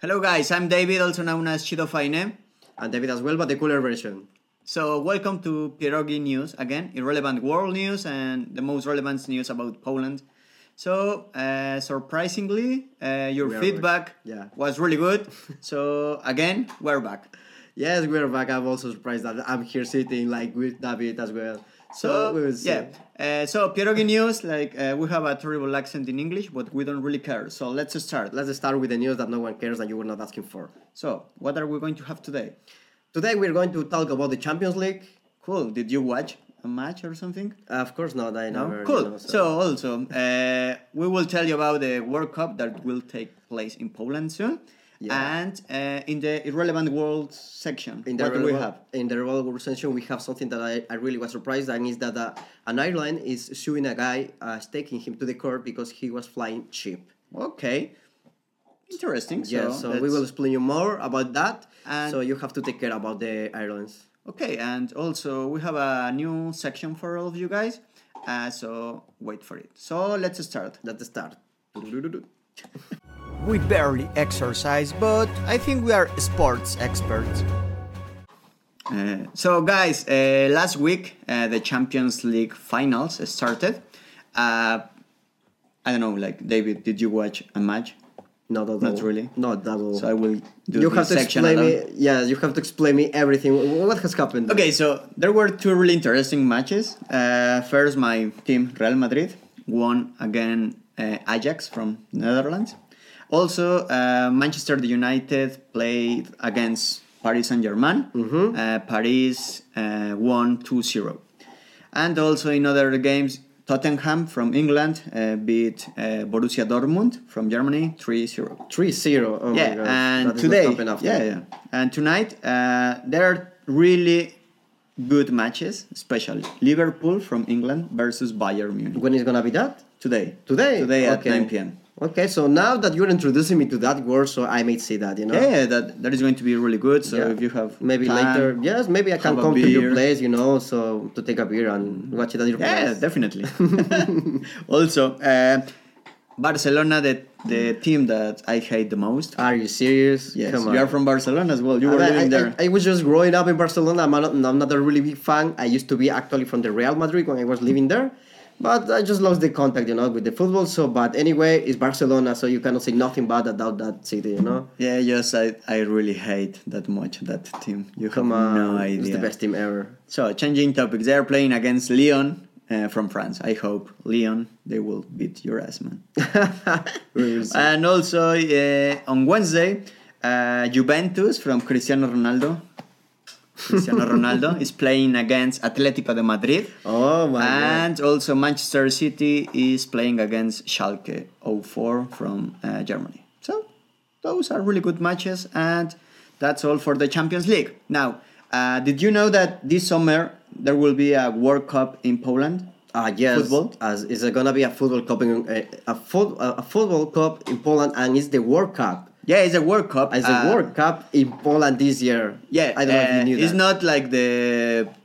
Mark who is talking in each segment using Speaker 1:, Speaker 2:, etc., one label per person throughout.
Speaker 1: Hello, guys. I'm David, also known as Chido Faine.
Speaker 2: And David as well, but the cooler version.
Speaker 1: So, welcome to Pierogi News again, irrelevant world news and the most relevant news about Poland. So, uh, surprisingly, uh, your
Speaker 2: We are
Speaker 1: feedback
Speaker 2: back. Yeah.
Speaker 1: was really good. so, again, we're back.
Speaker 2: Yes, we're back. I'm also surprised that I'm here sitting like with David as well. So
Speaker 1: So,
Speaker 2: we will see.
Speaker 1: yeah. Uh, so, Pierogi News, like, uh, we have a terrible accent in English, but we don't really care. So, let's start.
Speaker 2: Let's start with the news that no one cares and you were not asking for.
Speaker 1: So, what are we going to have today?
Speaker 2: Today we're going to talk about the Champions League.
Speaker 1: Cool. Did you watch a match or something?
Speaker 2: Uh, of course not, I never.
Speaker 1: Oh, cool.
Speaker 2: you know,
Speaker 1: so. also, uh, we will tell you about the World Cup that will take place in Poland soon,
Speaker 2: Yeah.
Speaker 1: and uh, in the irrelevant world section,
Speaker 2: in the
Speaker 1: what do we have?
Speaker 2: In the Real World Session, we have something that I, I really was surprised, and is that uh, an airline is suing a guy, uh, taking him to the court because he was flying cheap.
Speaker 1: Okay, interesting. So,
Speaker 2: Yes, so we
Speaker 1: that's-
Speaker 2: will explain you more about that.
Speaker 1: And-
Speaker 2: so you have to take care about the airlines.
Speaker 1: Okay, and also we have a new section for all of you guys. Uh, so wait for it. So let's start.
Speaker 2: Let's start.
Speaker 3: We barely exercise, but I think we are sports experts.
Speaker 1: Uh, so guys uh, last week uh, the champions league finals started uh, i don't know like david did you watch a match
Speaker 2: Not at all.
Speaker 1: Not really?
Speaker 2: Not at all.
Speaker 1: so i will do
Speaker 2: you
Speaker 1: this
Speaker 2: have to
Speaker 1: section
Speaker 2: explain
Speaker 1: alone.
Speaker 2: me. Yeah, you have to explain me everything. Wh- What has happened?
Speaker 1: okay so there were two really interesting matches uh, first my team real madrid won again uh, ajax from netherlands also uh, manchester united played against paris saint-germain uh, paris uh, won 2-0 and also in other games tottenham from england uh, beat uh, borussia dortmund from germany 3-0
Speaker 2: Three zero. Oh
Speaker 1: yeah,
Speaker 2: my God.
Speaker 1: and
Speaker 2: that is what
Speaker 1: today,
Speaker 2: happened after.
Speaker 1: yeah, yeah, and tonight uh, there are really good matches, especially Liverpool from England versus Bayern Munich
Speaker 2: When is gonna be that?
Speaker 1: today.
Speaker 2: Today.
Speaker 1: today at
Speaker 2: Okay.
Speaker 1: 9 p.m.
Speaker 2: Okay, so now that you're introducing me to that word, so I may see that, you know.
Speaker 1: Yeah, yeah, that that is going to be really good. So
Speaker 2: Ah. Yeah.
Speaker 1: if you have
Speaker 2: maybe
Speaker 1: time-
Speaker 2: later, yes, maybe I can
Speaker 1: have a
Speaker 2: come to your
Speaker 1: beer.
Speaker 2: place, you know, so to take a beer and watch it at your
Speaker 1: yeah,
Speaker 2: place.
Speaker 1: definitely. also, uh, Barcelona, the the team that I hate the most.
Speaker 2: Are you serious?
Speaker 1: Yes,
Speaker 2: Ah, Come on.
Speaker 1: you are from Barcelona as well. You were
Speaker 2: I,
Speaker 1: living
Speaker 2: I-
Speaker 1: there.
Speaker 2: I, I was just growing up in Barcelona. I'm not, I'm not a really big fan. I used to be actually from the Real Madrid when I was living there, but I just lost the contact, you know, with the football. So, but anyway, it's Barcelona, so you cannot say nothing bad about that city, you know.
Speaker 1: yeah, yes, I, I really hate that much that team. You have
Speaker 2: Come on,
Speaker 1: no idea.
Speaker 2: it's the best team ever.
Speaker 1: So changing topics, they're playing against Lyon uh, from France. I hope Lyon they will beat your ass, man. and also uh, on Wednesday, uh, Juventus from Cristiano Ronaldo. Cristiano Ronaldo is playing against Atletico de Madrid,
Speaker 2: Oh my
Speaker 1: and also Manchester City is playing against Schalke 04 from uh, Germany. So those are really good matches, and that's all for the Champions League. Now, uh, did you know that this summer there will be a World Cup in Poland?
Speaker 2: god! Ah yes,
Speaker 1: Football?
Speaker 2: As is it gonna be a football cup in a, a, foot, a a football cup in Poland, and it's the World Cup.
Speaker 1: Yeah, it's a World Cup.
Speaker 2: It's
Speaker 1: uh,
Speaker 2: the World Cup in Poland this year.
Speaker 1: Yeah,
Speaker 2: I don't know if
Speaker 1: uh,
Speaker 2: you knew that.
Speaker 1: It's not like the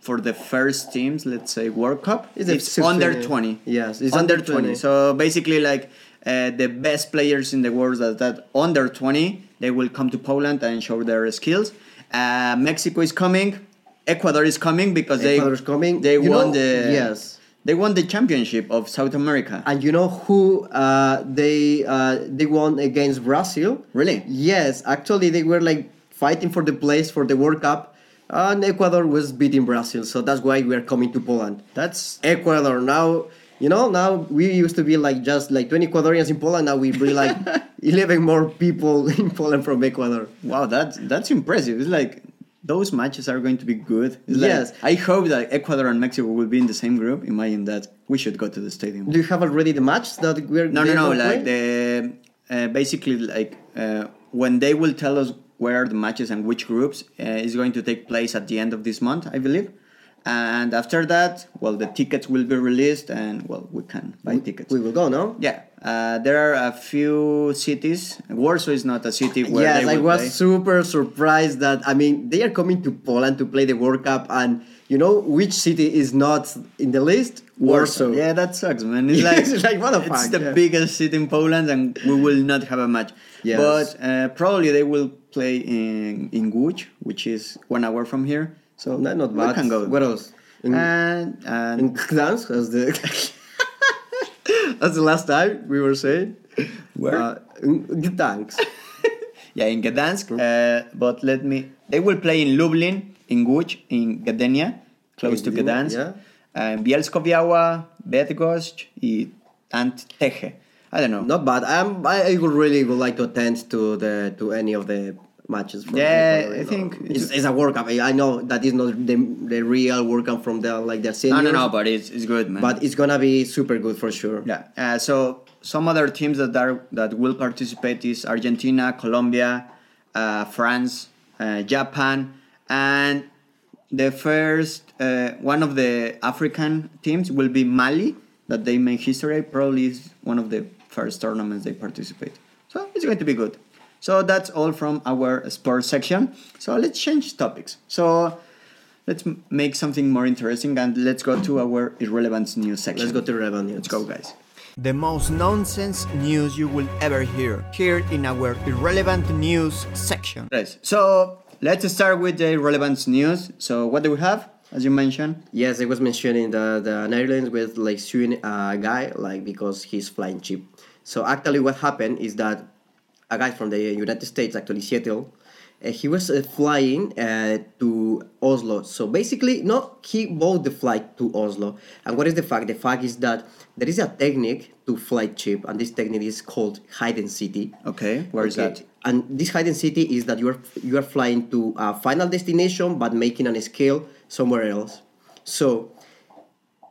Speaker 1: for the first teams, let's say World Cup.
Speaker 2: It's
Speaker 1: It's,
Speaker 2: a sixteen,
Speaker 1: under
Speaker 2: yeah.
Speaker 1: twenty.
Speaker 2: Yes, it's
Speaker 1: under,
Speaker 2: under
Speaker 1: 20.
Speaker 2: 20.
Speaker 1: So basically, like uh, the best players in the world that that under twenty, they will come to Poland and show their skills. Uh, Mexico is coming. Ecuador is coming because they
Speaker 2: Ecuador is coming.
Speaker 1: They
Speaker 2: You
Speaker 1: won
Speaker 2: know-
Speaker 1: the
Speaker 2: yes.
Speaker 1: They won the championship of South America.
Speaker 2: and you know who uh, they uh, they won against Brazil?
Speaker 1: Really?
Speaker 2: Yes, actually they were like fighting for the place for the World Cup, and Ecuador was beating Brazil, so that's why we are coming to Poland.
Speaker 1: That's
Speaker 2: Ecuador now, you know, now we used to be like just like twenty Ecuadorians in Poland. Now we bring like eleven more people in Poland from Ecuador.
Speaker 1: Wow, that's that's impressive. It's like those matches are going to be good. It's
Speaker 2: Yes.
Speaker 1: like, I hope that Ecuador and Mexico will be in the same group. Imagine that. We should go to the stadium.
Speaker 2: Do you have already the match that we're?
Speaker 1: No, no,
Speaker 2: they
Speaker 1: no.
Speaker 2: will
Speaker 1: Like
Speaker 2: play?
Speaker 1: the uh, basically like uh, when they will tell us where are the matches and which groups uh, is going to take place at the end of this month, I believe. And after that, well, the tickets will be released, and well, we can buy tickets.
Speaker 2: we will go, no?
Speaker 1: yeah, uh, there are a few cities. Warsaw is not a city where
Speaker 2: yes,
Speaker 1: they
Speaker 2: I
Speaker 1: will
Speaker 2: was
Speaker 1: play.
Speaker 2: super surprised that I mean they are coming to Poland to play the World Cup, and you know which city is not in the list? Warsaw.
Speaker 1: Yeah, that sucks, man. It's like,
Speaker 2: It's like, what the
Speaker 1: It's
Speaker 2: fuck,
Speaker 1: the
Speaker 2: yeah.
Speaker 1: biggest city in Poland, and we will not have a match.
Speaker 2: Yes.
Speaker 1: But uh, probably they will play in in Łódź, which is one hour from here. So
Speaker 2: No, not, not
Speaker 1: we
Speaker 2: bad.
Speaker 1: can go. Uh,
Speaker 2: What else? In,
Speaker 1: And, and
Speaker 2: in Gdansk as the as the last time we were saying.
Speaker 1: Where?
Speaker 2: Uh, in Gdansk.
Speaker 1: yeah, in Gdansk. Uh, but let me. They will play in Lublin, in Łódź, in Gdynia, close to
Speaker 2: In Gdynia,
Speaker 1: Gdansk.
Speaker 2: yeah.
Speaker 1: Uh, Bielsko-Biała, Bydgoszcz, i- and Teche. I don't know.
Speaker 2: Not bad. I'm, I, I would really would like to attend to the to any of the matches. From
Speaker 1: Yeah,
Speaker 2: Ecuador,
Speaker 1: I
Speaker 2: you know.
Speaker 1: think it's-
Speaker 2: it's, it's a World Cup. I I know that is not the, the real World Cup from the like the
Speaker 1: No, no,
Speaker 2: seniors.
Speaker 1: no. But it's it's good, man.
Speaker 2: But it's gonna be super good for sure.
Speaker 1: Yeah. Uh, so some other teams that are that will participate is Argentina, Colombia, uh, France, uh, Japan, and the first uh, one of the African teams will be Mali. That they make history probably is one of the first tournaments they participate. So it's going to be good. So that's all from our sports section. So let's change topics. So let's m- make something more interesting and let's go to our irrelevance news section.
Speaker 2: Let's go to revenue.
Speaker 1: Let's go, guys.
Speaker 3: The most nonsense news you will ever hear, here in our irrelevant news section.
Speaker 1: Guys, so let's start with the relevant news. So, what do we have? As you mentioned,
Speaker 2: Yes, I was mentioning the the Netherlands with like suing a guy like because he's flying cheap. So actually, what happened is that a guy from the United States, actually Seattle, uh, he was uh, flying uh, to Oslo. So basically, no, he bought the flight to Oslo. And what is the fact? The fact is that there is a technique to fly cheap, and this technique is called hide and city.
Speaker 1: okay, where is
Speaker 2: Okay,
Speaker 1: that?
Speaker 2: And this hidden city is that you are you are flying to a final destination, but making an scale somewhere else. So,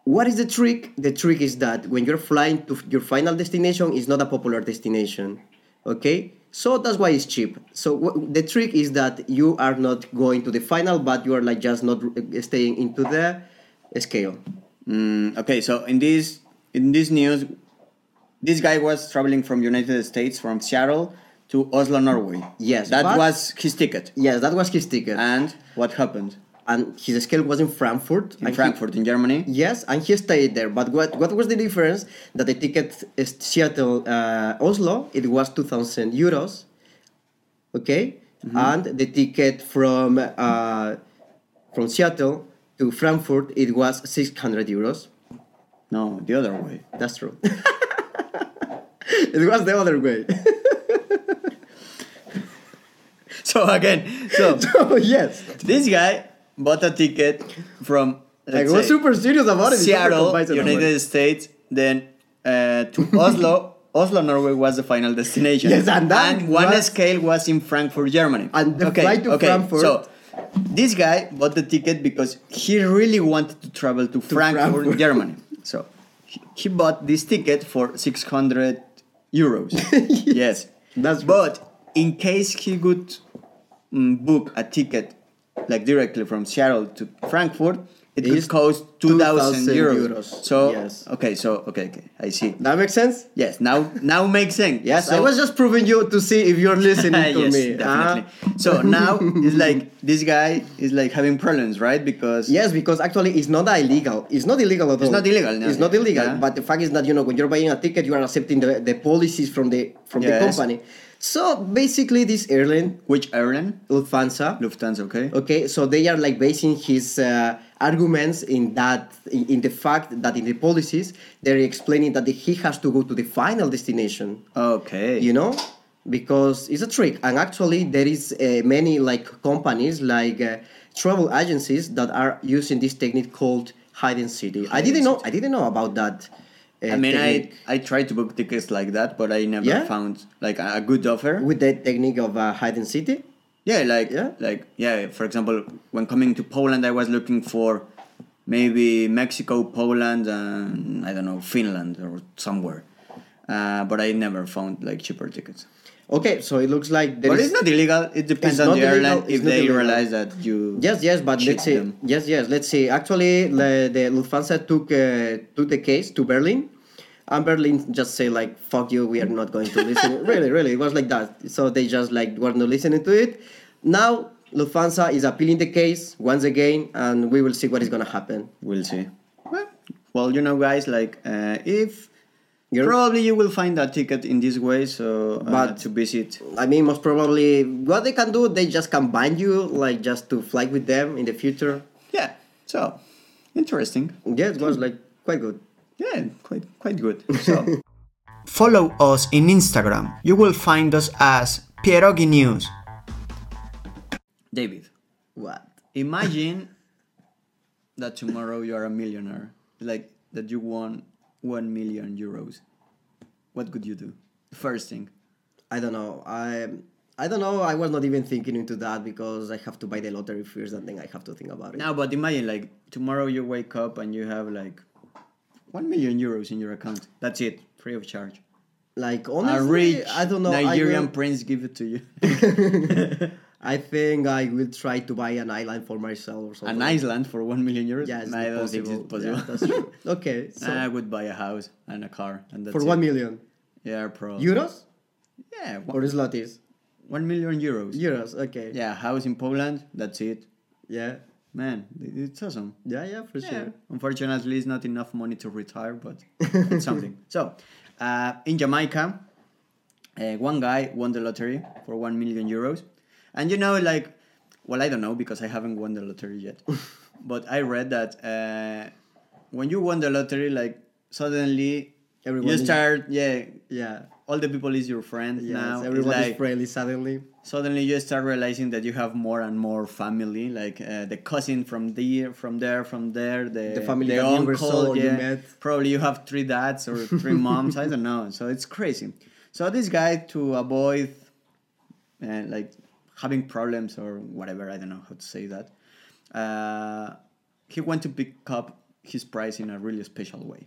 Speaker 2: what is the trick? The trick is that when you're flying to your final destination, is not a popular destination. Okay, so that's why it's cheap. So wh- the trick is that you are not going to the final, but you are like just not uh, staying into the scale.
Speaker 1: Mm, okay, so in this in this news, this guy was traveling from United States from Seattle to Oslo, Norway.
Speaker 2: Yes,
Speaker 1: that
Speaker 2: but-
Speaker 1: was his ticket.
Speaker 2: Yes, that was his ticket,
Speaker 1: And what happened
Speaker 2: and his scale was in Frankfurt.
Speaker 1: in
Speaker 2: and he-
Speaker 1: Frankfurt, in Germany?
Speaker 2: Yes, and he stayed there. But what, what was the difference? That the ticket is Seattle uh, Oslo it was two thousand euros, okay,
Speaker 1: Mm-hmm.
Speaker 2: and the ticket from uh, from Seattle to Frankfurt it was six hundred euros.
Speaker 1: No, the other way.
Speaker 2: That's true. it was the other way.
Speaker 1: So again, so
Speaker 2: so yes,
Speaker 1: this guy bought a ticket from.
Speaker 2: I
Speaker 1: let's
Speaker 2: was
Speaker 1: say,
Speaker 2: super serious about it. It's super
Speaker 1: Seattle,
Speaker 2: convincing about it.
Speaker 1: United States, then uh, to Oslo. Oslo, Norway was the final destination.
Speaker 2: Yes, and that
Speaker 1: one
Speaker 2: was-
Speaker 1: scale was in Frankfurt, Germany.
Speaker 2: And the flight to Frankfurt-
Speaker 1: So this guy bought the ticket because he really wanted to travel to, Frankfurt,
Speaker 2: Frankfurt.
Speaker 1: Germany. So he, he bought this ticket for 600 euros. yes.
Speaker 2: That's
Speaker 1: but in case he could mm, book a ticket like directly from Seattle to Frankfurt, it
Speaker 2: Is
Speaker 1: could cost 2,000
Speaker 2: €2,000
Speaker 1: euros.
Speaker 2: euros.
Speaker 1: So,
Speaker 2: Yes.
Speaker 1: okay, so, okay, okay, I see.
Speaker 2: that makes sense.
Speaker 1: Yes, now now makes sense.
Speaker 2: Yes,
Speaker 1: so,
Speaker 2: I was just proving you to see if you're listening to
Speaker 1: yes,
Speaker 2: me. Uh-huh.
Speaker 1: definitely.
Speaker 2: huh?
Speaker 1: So now it's like this guy is like having problems, right? Because
Speaker 2: Yes, because actually it's not illegal. It's not illegal at all.
Speaker 1: not illegal, no.
Speaker 2: It's not illegal.
Speaker 1: Yeah.
Speaker 2: But the fact is that you know when you're buying a ticket, you are accepting the, the policies from the from the
Speaker 1: Yes.
Speaker 2: company. So basically, this airline
Speaker 1: which airline?
Speaker 2: Lufthansa.
Speaker 1: Lufthansa, okay.
Speaker 2: Okay, so they are like basing his uh, arguments in that in, in the fact that in the policies they're explaining that he has to go to the final destination
Speaker 1: Okay.
Speaker 2: you know because it's a trick and actually there is uh, many like companies like uh, travel agencies that are using this technique called hidden city i didn't know i didn't know about that uh,
Speaker 1: I mean, I,
Speaker 2: technique.
Speaker 1: I tried to book tickets like that, but I never
Speaker 2: Yeah?
Speaker 1: found like a, a good offer.
Speaker 2: with that technique of uh, hidden city
Speaker 1: Yeah, like
Speaker 2: Yeah?
Speaker 1: like yeah. For example, when coming to Poland, I was looking for maybe Mexico, Poland, and I don't know Finland or somewhere. Uh, but I never found like cheaper tickets.
Speaker 2: okay so it looks like there
Speaker 1: But
Speaker 2: is
Speaker 1: it's not illegal. It depends
Speaker 2: It's
Speaker 1: on
Speaker 2: not
Speaker 1: the
Speaker 2: illegal,
Speaker 1: airline
Speaker 2: it's
Speaker 1: if
Speaker 2: not
Speaker 1: they
Speaker 2: illegal.
Speaker 1: realize that you.
Speaker 2: Yes, yes, but
Speaker 1: cheat
Speaker 2: let's see.
Speaker 1: them.
Speaker 2: Yes, yes, let's see. Actually, the, the Lufthansa took uh, took the case to Berlin, and Berlin just say like "fuck you," we are not going to listen. really, really, it was like that. So they just like were not listening to it. Now Lufthansa is appealing the case once again, and we will see what is going to happen.
Speaker 1: We'll see. Well, well, you know, guys, like uh, if
Speaker 2: You're-
Speaker 1: probably you will find that ticket in this way, so uh,
Speaker 2: But-
Speaker 1: to visit.
Speaker 2: I mean, most probably, what they can do, they just can ban you, like just to fly with them in the future.
Speaker 1: Yeah. So interesting.
Speaker 2: Yeah, it was like quite good.
Speaker 1: Yeah, quite quite good. So
Speaker 3: Follow us in Instagram. You will find us as Pierogi News.
Speaker 1: David,
Speaker 2: What?
Speaker 1: imagine that tomorrow you are a millionaire, like that you won one million euros. What could you do? First thing.
Speaker 2: I don't know. I I don't know. I was not even thinking into that because I have to buy the lottery first, and then I have to think about it.
Speaker 1: Now, but imagine like tomorrow you wake up and you have like one million euros in your account. That's it, free of charge.
Speaker 2: Like
Speaker 1: A
Speaker 2: honestly,
Speaker 1: rich
Speaker 2: I don't know. I
Speaker 1: Nigerian
Speaker 2: will-
Speaker 1: prince give it to you.
Speaker 2: I think I will try to buy an island for myself or something.
Speaker 1: An Iceland for one million euros?
Speaker 2: Yeah, it's
Speaker 1: I
Speaker 2: not
Speaker 1: don't think
Speaker 2: possible.
Speaker 1: it's possible.
Speaker 2: Yeah, that's true. okay, so
Speaker 1: I would buy a house and a car and that's
Speaker 2: for
Speaker 1: it.
Speaker 2: one million
Speaker 1: Yeah, probably.
Speaker 2: euros
Speaker 1: Yeah, one,
Speaker 2: or zlotys?
Speaker 1: one million euros.
Speaker 2: Euros. Okay.
Speaker 1: Yeah, house in Poland. That's it.
Speaker 2: Yeah.
Speaker 1: Man, it- it's awesome.
Speaker 2: Yeah. Yeah. For sure.
Speaker 1: Unfortunately, it's not enough money to retire, but it's something. So, uh, in Jamaica, uh, one guy won the lottery for one million euros, and you know, like, well, I don't know because I haven't won the lottery yet, but I read that uh, when you won the lottery, like, suddenly
Speaker 2: Everyone
Speaker 1: you
Speaker 2: is-
Speaker 1: start, yeah,
Speaker 2: Yeah.
Speaker 1: all the people is your friend
Speaker 2: Yes,
Speaker 1: now. It's
Speaker 2: everyone
Speaker 1: like,
Speaker 2: is friendly suddenly.
Speaker 1: suddenly you start realizing that you have more and more family like uh, the cousin from there from there from there the,
Speaker 2: The family that you never saw or you met.
Speaker 1: probably you have three dads or three moms i don't know so it's crazy so this guy to avoid uh, like having problems or whatever i don't know how to say that uh, he went to pick up his prize in a really special way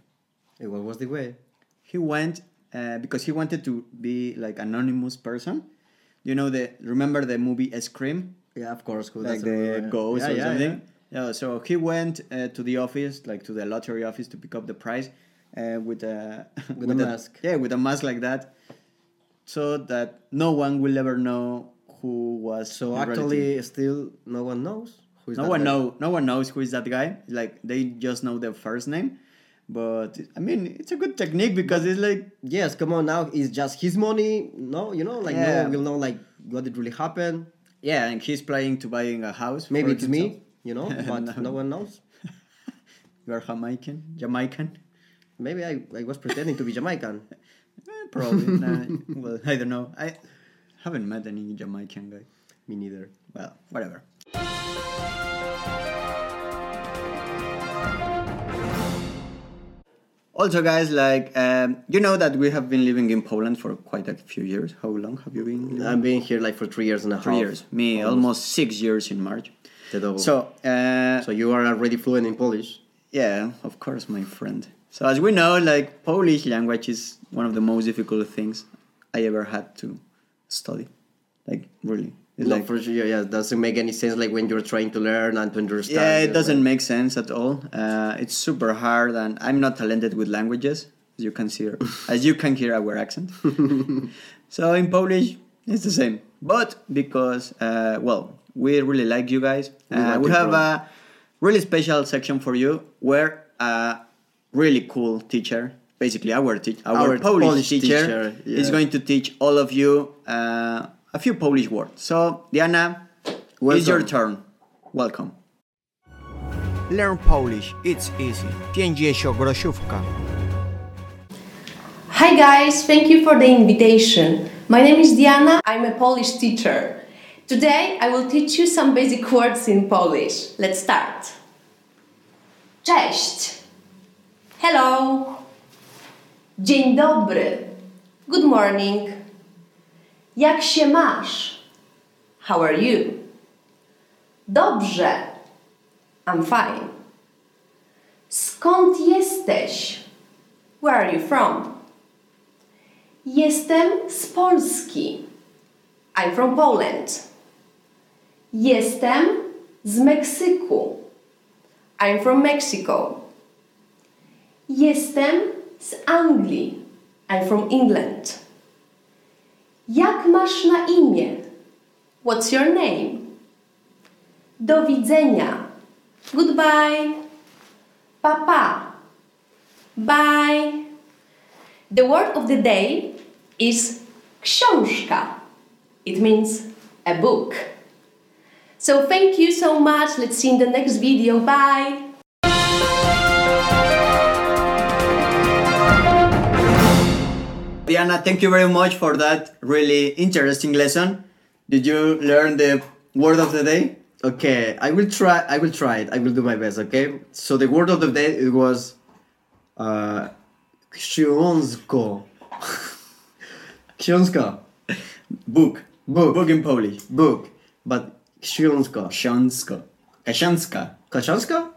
Speaker 2: Hey, what was the way?
Speaker 1: he went uh, because he wanted to be like anonymous person you know the remember the movie scream
Speaker 2: Yeah, of course. Who
Speaker 1: like
Speaker 2: doesn't
Speaker 1: the
Speaker 2: remember?
Speaker 1: ghost
Speaker 2: Yeah,
Speaker 1: or
Speaker 2: yeah,
Speaker 1: something
Speaker 2: yeah.
Speaker 1: yeah. so he went uh, to the office like to the lottery office to pick up the prize uh, with a
Speaker 2: With a mask.
Speaker 1: yeah with a mask like that so that no one will ever know who was
Speaker 2: So
Speaker 1: in reality.
Speaker 2: actually, still no one knows who is
Speaker 1: no
Speaker 2: that
Speaker 1: one
Speaker 2: guy.
Speaker 1: know no one knows who is that guy like they just know their first name but i mean it's a good technique because it's like
Speaker 2: Yes, come on now. It's just his money. No, you know, like no
Speaker 1: Yeah.
Speaker 2: one will know like what did really happen.
Speaker 1: Yeah, and he's planning to buying a house. for
Speaker 2: Maybe it's
Speaker 1: himself.
Speaker 2: me, you know, but
Speaker 1: No.
Speaker 2: no. one knows.
Speaker 1: You are Jamaican, Jamaican,
Speaker 2: Maybe I, I was pretending to be Jamaican.
Speaker 1: Eh, probably. nah, well, I don't know. I haven't met any Jamaican guy.
Speaker 2: Me neither.
Speaker 1: Well, whatever. Also, guys, like um, you know that we have been living in Poland for quite a few years. How long have you been? living?
Speaker 2: I've been here like for three years and a half. Oh,
Speaker 1: Three years. Me, almost six years in March.
Speaker 2: The double.
Speaker 1: So, uh,
Speaker 2: So you are already fluent in Polish.
Speaker 1: Yeah, of course, my friend. So as we know, like Polish language is one of the most difficult things I ever had to study. Like really, it's
Speaker 2: no,
Speaker 1: like
Speaker 2: for sure. Yeah, it doesn't make any sense. Like when you're trying to learn and to understand.
Speaker 1: yeah, it
Speaker 2: it's
Speaker 1: doesn't make sense at all. Uh, it's super hard, and I'm not talented with languages, as you can hear, as you can hear our accent. so in Polish, it's the same. But because uh, well, we really like you guys. Uh,
Speaker 2: like
Speaker 1: we
Speaker 2: you,
Speaker 1: have
Speaker 2: bro.
Speaker 1: a really special section for you where a really cool teacher, basically our teacher, our,
Speaker 2: Our
Speaker 1: Polish,
Speaker 2: Polish
Speaker 1: teacher,
Speaker 2: teacher,
Speaker 1: is
Speaker 2: yeah.
Speaker 1: going to teach all of you uh, a few Polish words. So Diana, it's your
Speaker 2: Welcome.
Speaker 1: turn. Welcome.
Speaker 3: Learn Polish, it's easy. 50 groszówka.
Speaker 4: Hi guys, thank you for the invitation. My name is Diana, I'm a Polish teacher. Today I will teach you some basic words in Polish. Let's start. Cześć. Hello. Dzień dobry. Good morning. Jak się masz? How are you? Dobrze. I'm fine. Skąd jesteś? Where are you from? Jestem z Polski. I'm from Poland. Jestem z Meksyku. I'm from Mexico. Jestem z Anglii. I'm from England. Jak masz na imię? What's your name? Do widzenia. Goodbye. Papa. Bye. The word of the day is książka. It means a book. So thank you so much. Let's see in the next video. Bye.
Speaker 1: Diana, thank you very much for that really interesting lesson. Did you learn the word of the day?
Speaker 2: Okay, I will try. I will try it. I will do my best. Okay. So the word of the day it was, uh, książko. książka,
Speaker 1: Book.
Speaker 2: Book.
Speaker 1: Book in Polish.
Speaker 2: book, but książka.
Speaker 1: Książka. Książka.
Speaker 2: Książka?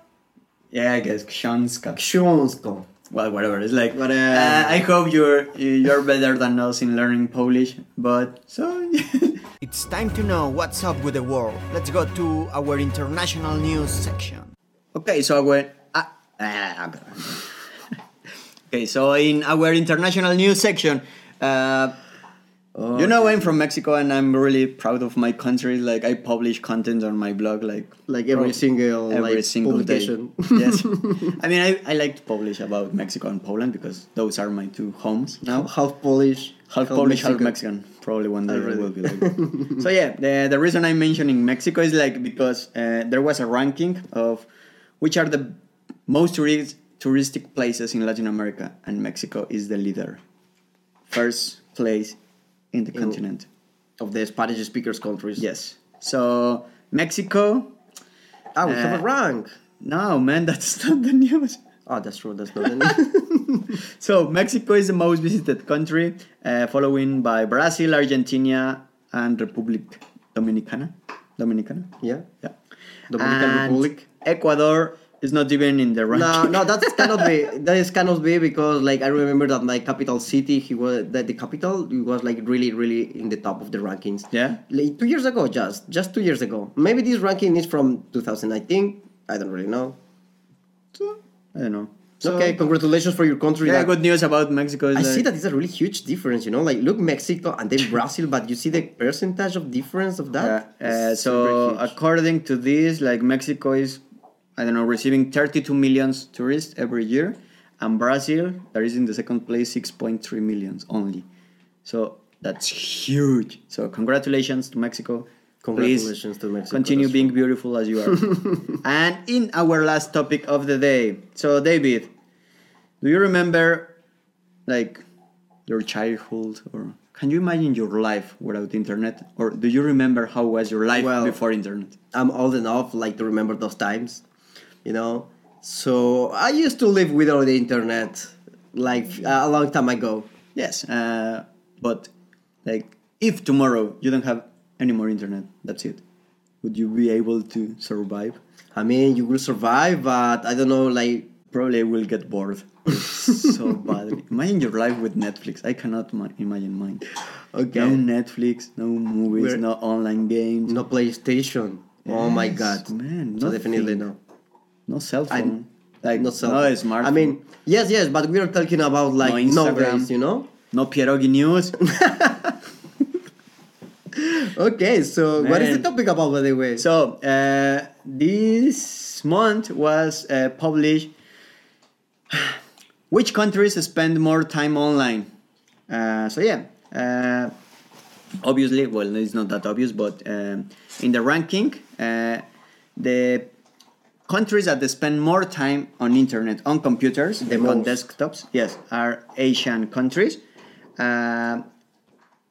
Speaker 1: Yeah, I guess książka.
Speaker 2: Książko.
Speaker 1: Well, whatever. It's like
Speaker 2: Whatever.
Speaker 1: Uh, I hope you're you're better than us in learning Polish, but so
Speaker 3: It's time to know what's up with the world. Let's go to our international news section.
Speaker 1: okay. So our uh, uh, okay. So in our international news section. Uh,
Speaker 2: Oh,
Speaker 1: you know I'm from Mexico and I'm really proud of my country. Like I publish content on my blog, like
Speaker 2: Like every
Speaker 1: pro-
Speaker 2: single
Speaker 1: every
Speaker 2: like,
Speaker 1: single
Speaker 2: publication.
Speaker 1: day. yes, I mean I, I like to publish about Mexico and Poland because those are my two homes now.
Speaker 2: Half Polish,
Speaker 1: half Polish, half Mexican. Probably one day it
Speaker 2: Already.
Speaker 1: will be like. that. so yeah, the, the reason I'm mentioning Mexico is like because uh, there was a ranking of which are the most tourist, touristic places in Latin America, and Mexico is the leader, first place in the continent.
Speaker 2: of the Spanish speakers countries.
Speaker 1: Yes. So Mexico,
Speaker 2: Ah, we have a
Speaker 1: Uh,
Speaker 2: rank.
Speaker 1: no man, that's not the news.
Speaker 2: Oh, that's true. That's not any.
Speaker 1: So Mexico is the most visited country, uh, following by Brazil, Argentina, and Republic Dominicana. Dominicana.
Speaker 2: yeah.
Speaker 1: Yeah.
Speaker 2: Dominican
Speaker 1: And
Speaker 2: Republic.
Speaker 1: Ecuador is not even in the ranking.
Speaker 2: No, no, that cannot be. That is cannot be because, like, I remember that my capital city, he was that the capital it was like really, really in the top of the rankings.
Speaker 1: Yeah.
Speaker 2: like, two years ago, just just two years ago. Maybe this ranking is from 2019. I don't really know.
Speaker 1: I don't know.
Speaker 2: okay, congratulations for your country.
Speaker 1: Yeah,
Speaker 2: that-
Speaker 1: good news about Mexico is
Speaker 2: I
Speaker 1: that,
Speaker 2: see that it's a really huge difference, you know. Like, look, Mexico and then Brazil, but you see the percentage of difference of that.
Speaker 1: uh, uh,
Speaker 2: It's
Speaker 1: so
Speaker 2: super huge.
Speaker 1: according to this, like Mexico is, I don't know, receiving 32 million tourists every year, and Brazil, that is in the second place, 6.3 millions only. So that's huge. So congratulations to Mexico. Please
Speaker 2: congratulations to Mexico.
Speaker 1: continue
Speaker 2: that's
Speaker 1: being beautiful as you are. and in our last topic of the day, so David, do you remember like your childhood or can you imagine your life without internet or do you remember how was your life
Speaker 2: Well-
Speaker 1: before internet?
Speaker 2: I'm old enough like to remember those times, you know. So I used to live without the internet, like a long time ago.
Speaker 1: Yes, uh, but like if tomorrow you don't have any more internet, that's it. Would you be able to survive?
Speaker 2: I mean, you will survive, but I don't know, like
Speaker 1: Probably I will get bored so badly. Imagine your life with Netflix. I cannot ma- imagine mine.
Speaker 2: okay,
Speaker 1: No Netflix, no movies,
Speaker 2: We're-
Speaker 1: no online games,
Speaker 2: no PlayStation. Oh my
Speaker 1: Yes,
Speaker 2: God,
Speaker 1: man,
Speaker 2: so definitely
Speaker 1: nothing.
Speaker 2: no.
Speaker 1: no cell phone. like
Speaker 2: Not so.
Speaker 1: no smartphone.
Speaker 2: I mean, yes, yes, but we are talking about like
Speaker 1: No Instagram.
Speaker 2: nowadays, you know.
Speaker 1: no pierogi news.
Speaker 2: Okay, so what is
Speaker 1: Man.
Speaker 2: the topic about, by the way?
Speaker 1: so uh, this month was uh, published. Which countries spend more time online? Uh, so yeah, uh, obviously, well, it's not that obvious, but um, in the ranking, uh, the countries that spend more time on internet on computers than on
Speaker 2: most.
Speaker 1: desktops yes are asian countries Um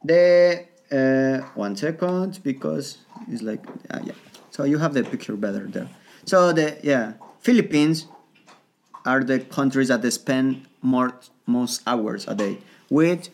Speaker 1: the uh, one second because it's like uh, yeah so you have the picture better there so the yeah philippines are the countries that spend more most hours a day with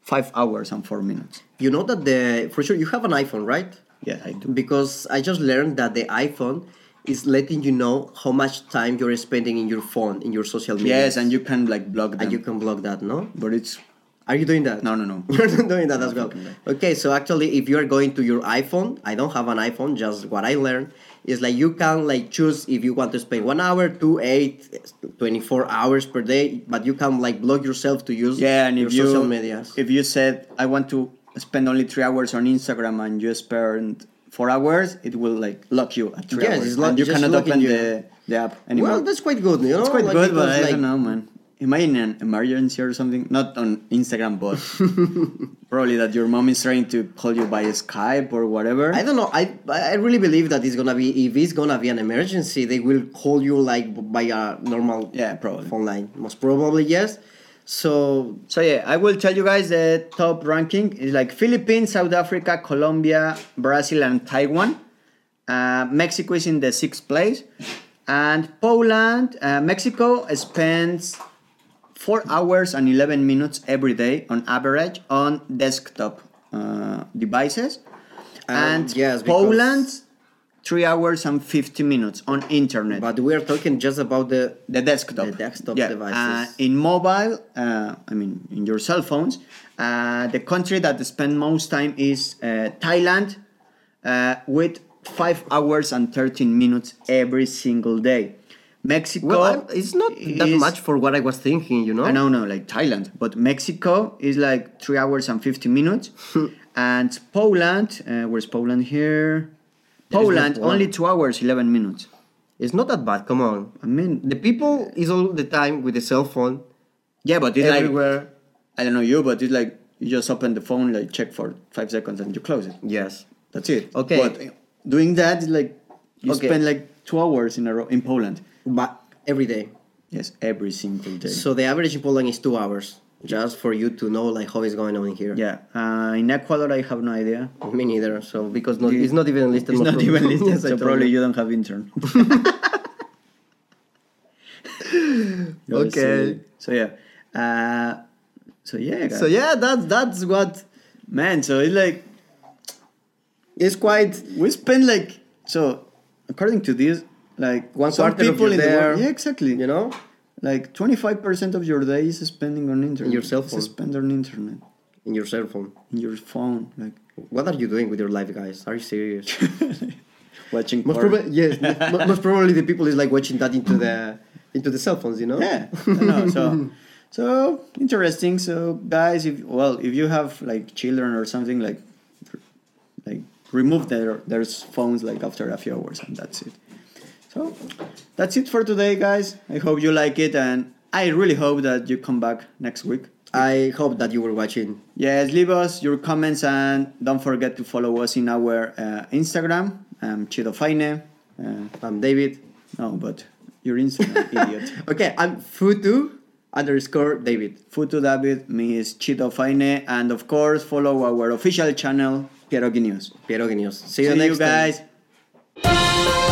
Speaker 1: five hours and four minutes
Speaker 2: you know that the for sure you have an iPhone, right?
Speaker 1: yeah i do
Speaker 2: because I just learned that the iPhone is letting you know how much time you're spending in your phone in your social media.
Speaker 1: yes and you can like block them
Speaker 2: and you can block that. No,
Speaker 1: but it's
Speaker 2: are you doing that?
Speaker 1: no no no
Speaker 2: You're not doing that as well. Okay, so actually, if you are going to your iPhone, I don't have an iPhone. Just what I learned is like you can like choose if you want to spend one hour, two, eight, 24 hours per day, but you can like block yourself to use
Speaker 1: Yeah, and if
Speaker 2: your
Speaker 1: you
Speaker 2: social medias.
Speaker 1: if you said I want to spend only three hours on Instagram and you spend four hours, it will like lock you at three
Speaker 2: Yes,
Speaker 1: hours,
Speaker 2: it's lo-
Speaker 1: and you
Speaker 2: just
Speaker 1: cannot
Speaker 2: locking
Speaker 1: open
Speaker 2: you.
Speaker 1: the, the app anymore.
Speaker 2: Well, that's quite good, you know.
Speaker 1: it's quite
Speaker 2: like,
Speaker 1: good, but I
Speaker 2: because, like,
Speaker 1: don't know, man. Imagine an emergency or something, not on Instagram, but probably that your mom is trying to call you by Skype or whatever.
Speaker 2: I don't know. I I really believe that it's gonna be if it's gonna be an emergency, they will call you like by a normal
Speaker 1: Yeah, probably.
Speaker 2: phone line. Most probably yes. So
Speaker 1: So yeah, I will tell you guys the top ranking is like Philippines, South Africa, Colombia, Brazil, and Taiwan. Uh, Mexico is in the sixth place, and Poland, uh, Mexico spends four hours and eleven minutes every day on average on desktop uh, devices, and
Speaker 2: Um, yes, because-
Speaker 1: Poland three hours and fifty minutes on internet.
Speaker 2: but we are talking just about the
Speaker 1: The desktop.
Speaker 2: The desktop devices.
Speaker 1: Uh, in mobile, uh, I mean, in your cell phones, uh, the country that spend most time is uh, Thailand uh, with 5 hours and 13 minutes every single day. Mexico
Speaker 2: well, I'm- it's not that
Speaker 1: is-
Speaker 2: much for what I was thinking, you know.
Speaker 1: I know, no, like Thailand. But Mexico is like 3 hours and 50 minutes. and Poland, uh, where's Poland here?
Speaker 2: Hmm. There is no
Speaker 1: Poland,
Speaker 2: Poland.
Speaker 1: only 2 hours, 11 minutes.
Speaker 2: It's not that bad. Come on,
Speaker 1: I mean,
Speaker 2: the people is all the time with the cell phone
Speaker 1: yeah, but it's like
Speaker 2: everywhere.
Speaker 1: I don't know you, but it's like you just open the phone, like check for five seconds, and you close it.
Speaker 2: yes.
Speaker 1: That's it.
Speaker 2: Okay.
Speaker 1: But doing that is like you
Speaker 2: Okay.
Speaker 1: spend like two hours in a row in Poland.
Speaker 2: But every day.
Speaker 1: Yes, every single day.
Speaker 2: So the average in Poland is two hours. Just for you to know like how it's going on in here.
Speaker 1: yeah, uh, in Ecuador I have no idea.
Speaker 2: Oh, Me neither. So because not,
Speaker 1: Do you-
Speaker 2: it's not even listed.
Speaker 1: It's
Speaker 2: most
Speaker 1: not
Speaker 2: probably.
Speaker 1: even listed,
Speaker 2: Yes,
Speaker 1: so
Speaker 2: I told
Speaker 1: probably
Speaker 2: you.
Speaker 1: you don't have intern. You're
Speaker 2: Okay.
Speaker 1: silly. So yeah. Uh, so yeah. Guys.
Speaker 2: So yeah, that's that's what
Speaker 1: man. So it's like
Speaker 2: it's quite.
Speaker 1: we spend like so according to this like
Speaker 2: One
Speaker 1: some
Speaker 2: quarter of
Speaker 1: people
Speaker 2: your
Speaker 1: in the
Speaker 2: day
Speaker 1: world
Speaker 2: are-
Speaker 1: yeah exactly
Speaker 2: You know,
Speaker 1: like 25% of your day is spending on internet
Speaker 2: Your cell
Speaker 1: It's
Speaker 2: phone.
Speaker 1: spend on internet
Speaker 2: in your cell phone.
Speaker 1: in your phone like
Speaker 2: What are you doing with your life, guys? Are you serious?
Speaker 1: watching
Speaker 2: most
Speaker 1: porn.
Speaker 2: probably, yes. mo- most probably, the people is like watching that into the into the cell phones. You know.
Speaker 1: yeah I know, so so interesting so guys if well if you have like children or something like like remove their their phones like after a few hours and that's it so that's it for today guys i hope you like it and i really hope that you come back next week
Speaker 2: I hope that you were watching.
Speaker 1: Yes, leave us your comments and don't forget to follow us in our uh, Instagram. Um, Chido Faine. Uh,
Speaker 2: I'm um, David.
Speaker 1: no, but your Instagram, idiot.
Speaker 2: Okay, I'm Futu underscore David.
Speaker 1: Futu David, me is Chido Faine, and of course, follow our official channel, Pierogi News.
Speaker 2: Pierogi News. See
Speaker 1: See
Speaker 2: you
Speaker 1: you,
Speaker 2: next time.
Speaker 1: guys.
Speaker 5: Thank